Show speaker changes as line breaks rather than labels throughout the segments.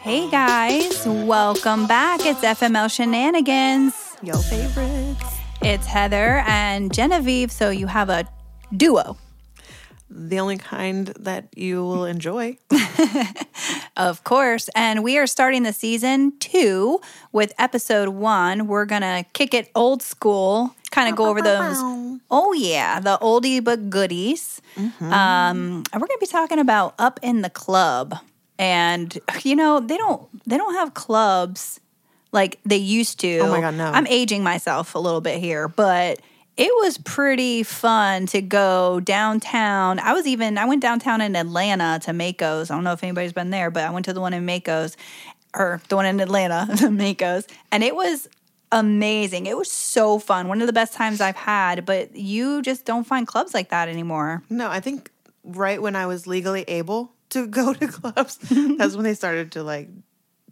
Hey guys, welcome back. It's FML Shenanigans.
Your favorites.
It's Heather and Genevieve, so you have a duo
The only kind that you will enjoy.
Of course. And we are starting the season two with episode one. We're going to kick it old school, kind of go over those. Oh, yeah, the oldie but goodies. Um, and we're going to be talking about Up in the Club. And, you know, they don't they don't have clubs like they used to.
Oh my God, no.
I'm aging myself a little bit here, but it was pretty fun to go downtown. I was even I went downtown in Atlanta to Mako's. I don't know if anybody's been there, but I went to the one in Mako's or the one in Atlanta, Mako's, and it was amazing. It was so fun. One of the best times I've had, but you just don't find clubs like that anymore.
No, I think right when I was legally able to go to clubs, that's when they started to like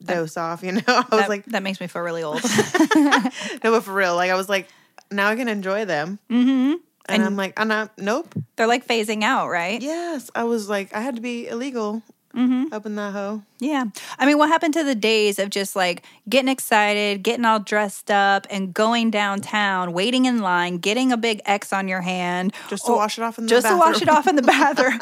dose off, you know? I was
That,
like,
that makes me feel really old.
no, but for real. Like, I was like, now I can enjoy them. Mm-hmm. And, I'm like, I'm not, nope.
They're like phasing out, right?
Yes. I was like, I had to be illegal up in that hoe.
Yeah. I mean, what happened to the days of just like getting excited, getting all dressed up, and going downtown, waiting in line, getting a big X on your hand,
Just to
or-
wash it off in the
just to wash it
bathroom.
off in the bathroom?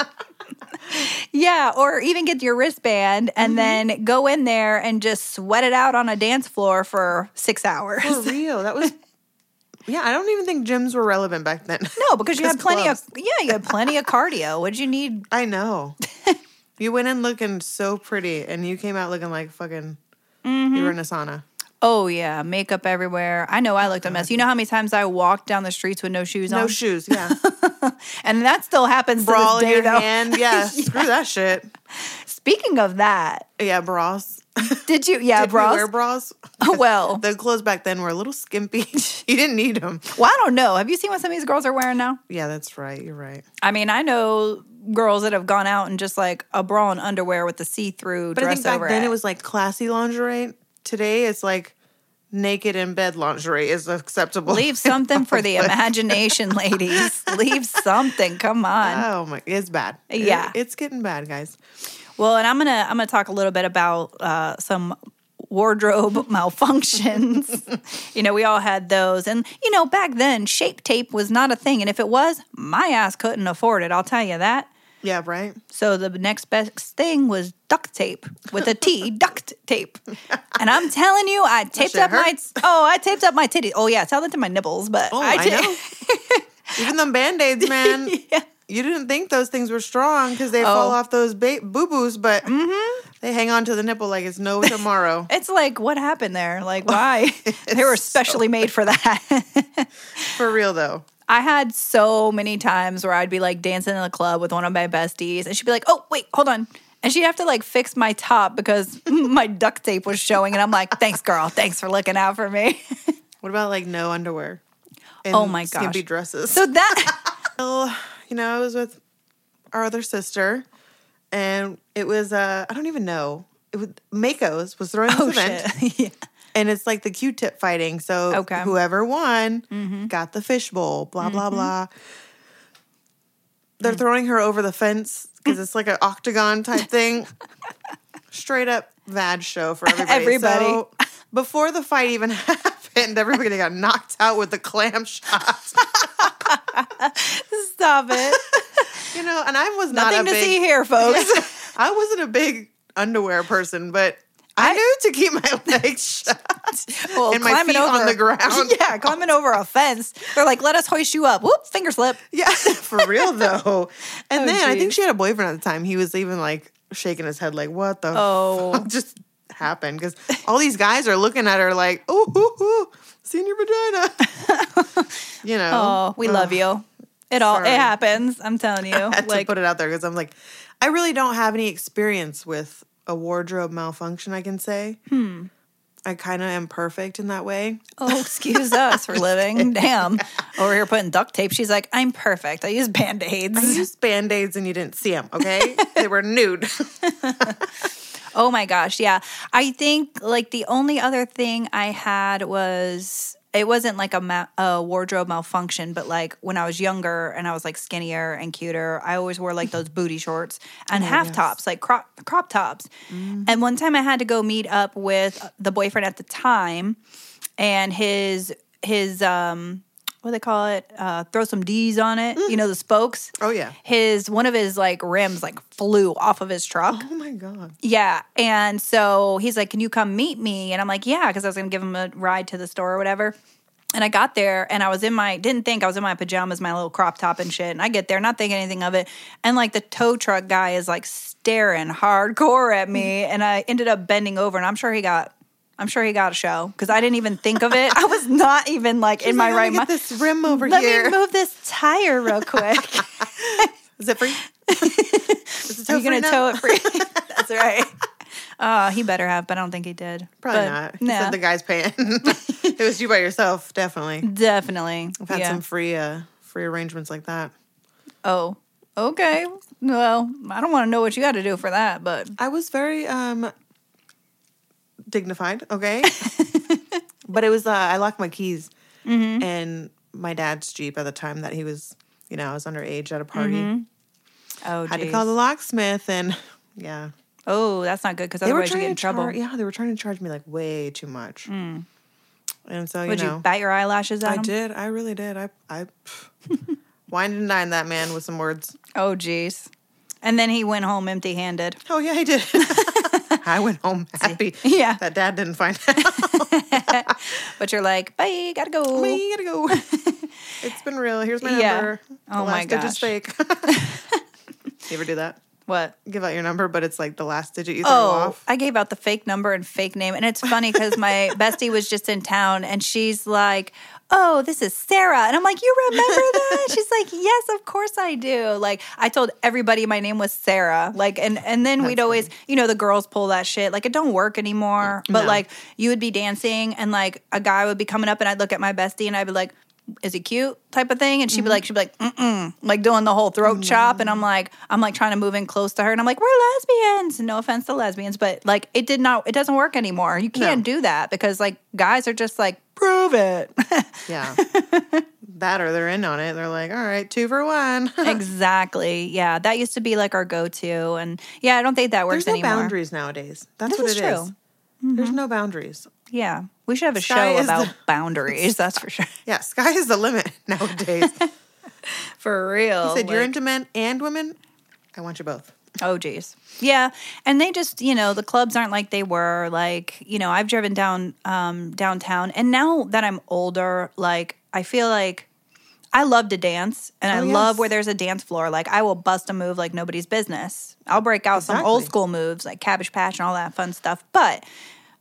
yeah. Or even get your wristband and
Mm-hmm.
then go in there and just sweat it out on a dance floor for six hours.
For real. That was, yeah, I don't even think gyms were relevant back then.
No, because you had
Just
plenty
clubs.
of yeah, you had plenty of cardio. What'd you need?
I know. you went in looking so pretty, and you came out looking like fucking. You were in a sauna.
Oh yeah, makeup everywhere. I know I looked a mess. You know how many times I walked down the streets with no shoes on?
No shoes, yeah.
And that still happens to
Bra in
this day,
your
though.
hand, yeah. Screw that shit.
Speaking of that,
Yeah, bras.
did you? Yeah,
Did we
bras.
wear Uh, bras?
well,
The clothes back then were a little skimpy. you didn't need them.
well, I don't know. Have you seen what some of these girls are wearing now?
Yeah, that's right. You're right.
I mean, I know girls that have gone out in just like a bra and underwear with the see-through
But I
dress
think back
over
then
it.
it was like classy lingerie. Today it's like naked in bed lingerie is acceptable.
Leave something for the imagination, ladies. Leave something. Come on.
Oh my, it's bad. It-
Yeah.
it's getting bad, guys.
Well, and I'm gonna I'm gonna talk a little bit about uh, some wardrobe malfunctions. you know, we all had those, and you know, back then shape tape was not a thing, and if it was, my ass couldn't afford it. I'll tell you that.
Yeah, right.
So the next best thing was duct tape with a T, duct tape. And I'm telling you, I taped
shit
up
hurts.
my oh, I taped up my titty. Oh yeah, tell that to my nipples, but
Oh,
I,
I
did.
know. Even them band aids, man. You didn't think those things were strong because they
Oh.
fall off those ba- boo boos, but
Mm-hmm.
they hang on to the nipple like it's no tomorrow.
It's like what happened there? Like why? they were
so
specially made for that.
For real, though.
I had so many times where I'd be like dancing in the club with one of my besties, and she'd be like, "Oh, wait, hold on," and she'd have to like fix my top because my duct tape was showing, and I'm like, "Thanks, girl. Thanks for looking out for me."
What about like no underwear? And
Oh my
Skimpy
gosh.
dresses.
so that
Well, you know, I was with our other sister, and it was uh, I don't even know. It was Mako's was throwing this
oh
event,
shit, yeah.
and it's like the Q-tip fighting. So
Okay. Mm-hmm.
whoever won got the fishbowl. Blah blah blah.
Mm.
They're throwing her over the fence because it's like an octagon type thing. Straight up vag show for everybody.
Everybody.
So, before the fight even happened, everybody got knocked out with the clam shots.
stop it.
You know, and I was not
Nothing
a
to
big,
see here, folks.
I wasn't a big underwear person, but I, knew to keep my legs shut
Well,
and my feet on the ground.
Yeah, climbing over a fence. They're like, "Let us hoist you up." Whoop, finger slip.
Yeah, for real though. And
Oh,
then I think
geez.
she had a boyfriend at the time. He was even like shaking his head, like, "What the
Oh.
fuck just happened?" Because all these guys are looking at her like, "Oh, ooh, ooh, seen your vagina." you know.
Oh, we love you. It all
sorry.
it happens. I'm telling you.
I had to
Like,
put it out there because I'm like, I really don't have any experience with a wardrobe malfunction. I can say. Hmm. I kind of am perfect in that way.
Oh, excuse us for living. Damn. Over here putting duct tape. She's like, I'm perfect. I use band
I
aids.
used band aids and you didn't see them, okay? they were nude.
Oh my gosh. Yeah. I think like the only other thing I had was it wasn't like a, ma- a wardrobe malfunction, but like when I was younger and I was like skinnier and cuter, I always wore like those booty shorts and half
Oh, yes. Mm.
tops, like crop crop tops. And one time I had to go meet up with the boyfriend at the time, and his his um what do they call it? Uh, throw some D's on it. You know the spokes.
Mm. Oh, yeah.
His one of his like rims like flew off of his truck.
Oh my god.
Yeah. And so he's like, Can you come meet me? And I'm like, Yeah, because I was going to give him a ride to the store or whatever. And I got there and I was in my, didn't think I was in my pajamas, my little crop top and shit. And I get there, not thinking anything of it. And like the tow truck guy is like staring hardcore at me. And I ended up bending over and I'm sure he got. I'm sure he got a show because I didn't even think of it. I was not even like in
She's
my
like,
right
Let me
mind.
get this rim over
Let
here.
me move this tire real quick.
Is it free? Is it
Are you
free
gonna
now?
tow it free? That's right. Uh, he better have, but I don't think he did.
Probably
But,
not. He
No,
said the guy's paying. it was you by yourself, definitely.
definitely.
I've had
yeah.
some free uh free arrangements like that.
Oh, okay. Well, I don't want to know what you got to do for that, but
I was very um dignified, okay? but it was uh I locked my keys
Mm-hmm.
in my dad's Jeep at the time that he was, you know, I was underage at a party.
Mm-hmm. oh,
Had to
geez.
call the locksmith and yeah.
oh, that's not good because
They were
otherwise you
trying
get in
to
trouble.
char- yeah, they were trying to charge me like way too much. And so you
Would you,
know
bat your eyelashes at
I
him?
did. I really did. I I whined and dined that man with some words.
Oh, geez. And then he went home empty-handed.
Oh yeah, I did. I went home happy.
Yeah.
that dad didn't find out.
But you're like, bye, gotta go.
We gotta go. It's been real. Here's my
Yeah.
number.
Oh, my
digit's
gosh.
fake. you ever do that?
What?
Give out your number, but it's like the last digit you throw
Oh,
off.
I gave out the fake number and fake name. And it's funny because my bestie was just in town and she's like, Oh, this is Sarah. And I'm like, You remember that? She's like, Yes, of course I do. Like, I told everybody my name was Sarah. Like, and, and then we'd always, you know, the girls pull that shit. Like, it don't work anymore. But
No.
like, you would be dancing and like a guy would be coming up and I'd look at my bestie and I'd be like, is he cute type of thing? And she'd
Mm-hmm.
be like, she'd be like, mm-mm, like doing the whole throat chop. And I'm like, I'm like trying to move in close to her. And I'm like, we're lesbians. No offense to lesbians, but like it did not, it doesn't work anymore. You can't do that because like guys are just like, prove it.
Yeah, that or they're in on it. They're like, all right, two for one.
exactly. Yeah. That used to be like our go-to. And yeah, I don't think that works
There's no
anymore.
boundaries nowadays. That's
This
what
is
it is.
true. Mm-hmm.
There's no boundaries.
Yeah. We should have a
Sky
show
is
about
the-
boundaries. That's for sure.
Yeah, sky is the limit nowadays.
For real.
said you're
like-
into men and women. I want you both.
Oh geez, yeah, and they just you know the clubs aren't like they were. Like you know, I've driven down um, downtown, and now that I'm older, like I feel like I love to dance, and I
Oh,
love
yes.
where there's a dance floor. Like I will bust a move like nobody's business. I'll break out some old
Exactly.
school moves like Cabbage Patch and all that fun stuff. But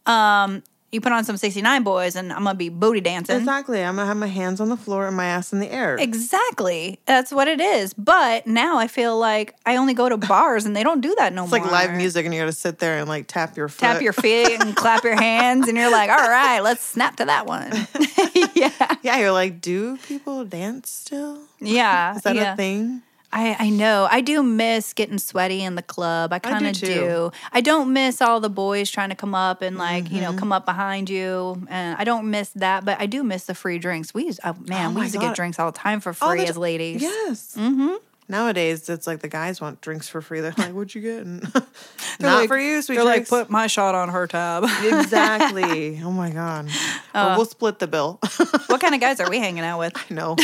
um, you put on some '69 boys, and I'm gonna be booty dancing.
Exactly. I'm gonna have my hands on the floor and my ass in the air.
Exactly. That's what it is. But now I feel like I only go to bars and they don't do that no
It's
more.
like live music, and you gotta sit there and like tap your foot.
tap your feet and clap your hands and you're like all right let's snap to that one yeah
Yeah, you're like, do people dance still?
yeah
Is that
yeah.
a thing?
I, I know i do miss getting sweaty in the club i kind of do,
too.
i don't miss all the boys trying to come up and like you know come up behind you and i don't miss that but i do miss the free drinks we used oh man
Oh
we
my
used to
God.
get drinks all the time for
All
free
the Mm-hmm.
as
ti-
ladies
Yes. Nowadays, it's like the guys want drinks for free. They're like, "What you getting?
They're
Not
like-
for you, sweet
they're like
drinks."
put my shot on her tab
exactly. Oh my god. Or we'll split the bill.
what kind of guys are we hanging out with
no.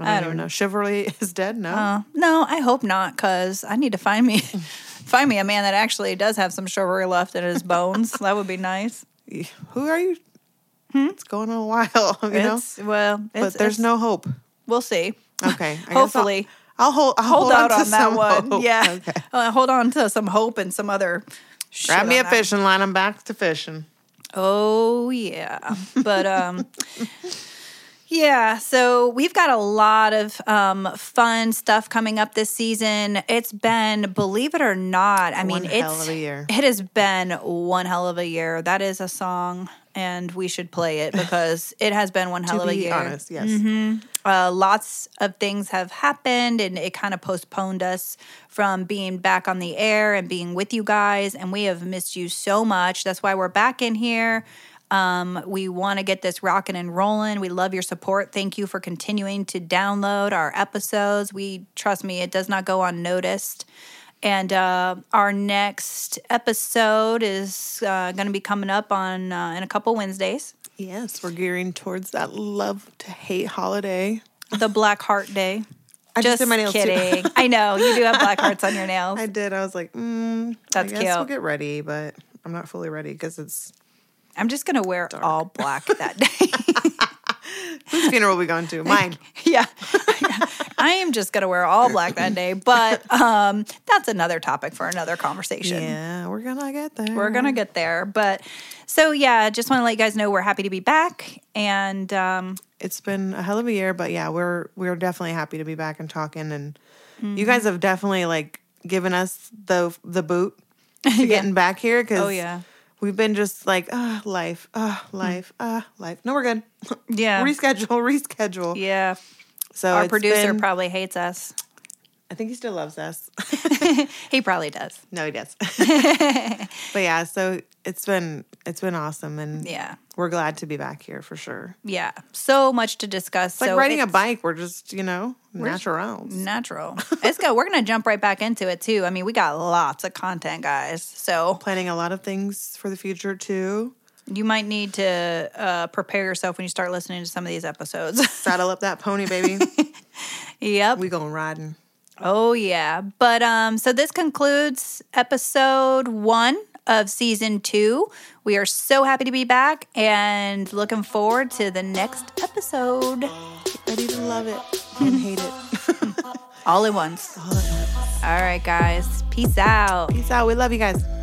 I don't, even know. Chivalry is dead. No.
Uh, no, I hope not, because I need to find me find me a man that actually does have some chivalry left in his bones. that would be nice.
Who are you? It's going on a while, you know.
Hmm? It's well, it's,
But there's
it's-
no hope.
We'll see.
Okay. I guess I'll-
Hopefully.
I'll, hold. I'll
Hold, out
on, to
on that
some
one.
hope.
Yeah,
Okay.
Uh, hold on to some hope and some other. shit
Grab me a
on that.
fishing line. I'm back to fishing.
Oh yeah, but um. Yeah, so we've got a lot of um, fun stuff coming up this season. It's been, believe it or not, I mean,
One
it's
hell of a year.
it has been one hell of a year. That is a song, and we should play it because it has been one hell
To
of a
be
year.
honest, yes.
Uh, lots of things have happened, and it kind of postponed us from being back on the air and being with you guys. And we have missed you so much. That's why we're back in here. Um, we want to get this rocking and rolling. We love your support. Thank you for continuing to download our episodes. We trust me, it does not go unnoticed. And uh, our next episode is uh, going to be coming up on uh, in a couple Wednesdays,
Yes, we're gearing towards that love to hate holiday.
the Black Heart Day.
I just did my nails too.
kidding. I know you do have black hearts on your nails.
I did. I was like, mm,
That's
I guess We'll
cute.
get ready, but I'm not fully ready because it's
I'm just gonna wear all black that day.
whose funeral we going to? Mine.
yeah. I am just gonna wear all black that day, but um, that's another topic for another conversation.
Yeah, we're gonna get there.
We're gonna get there, but so yeah, just want to let you guys know we're happy to be back, and um,
It's been a hell of a year, but yeah, we're we're definitely happy to be back and talking. And
Mm-hmm.
you guys have definitely like given us the the boot to getting back here because
Oh, yeah. Hmm.
we've been just like ah life ah life ah life. No, we're good.
Yeah.
reschedule, reschedule.
yeah,
So
our
Oh, it's
producer
been-
probably hates us.
I think he still loves us.
He probably does.
No, he does. but yeah, so it's been it's been awesome, and
Yeah,
we're glad to be back here for sure.
yeah. So much to discuss.
Like
so
riding
it's-
a bike, we're just you know natural.
Natural. It's good. We're gonna jump right back into it too. I mean, we got lots of content, guys. So
Planning a lot of things for the future too.
you might need to uh, prepare yourself when you start listening to some of these episodes.
Saddle up that pony, baby.
yep.
we going riding.
Oh yeah. But um, so this concludes episode one of season two. We are so happy to be back and looking forward to the next episode.
Ready to love it and hate it.
All at once.
All of it.
All right, guys. Peace out.
Peace out. We love you guys.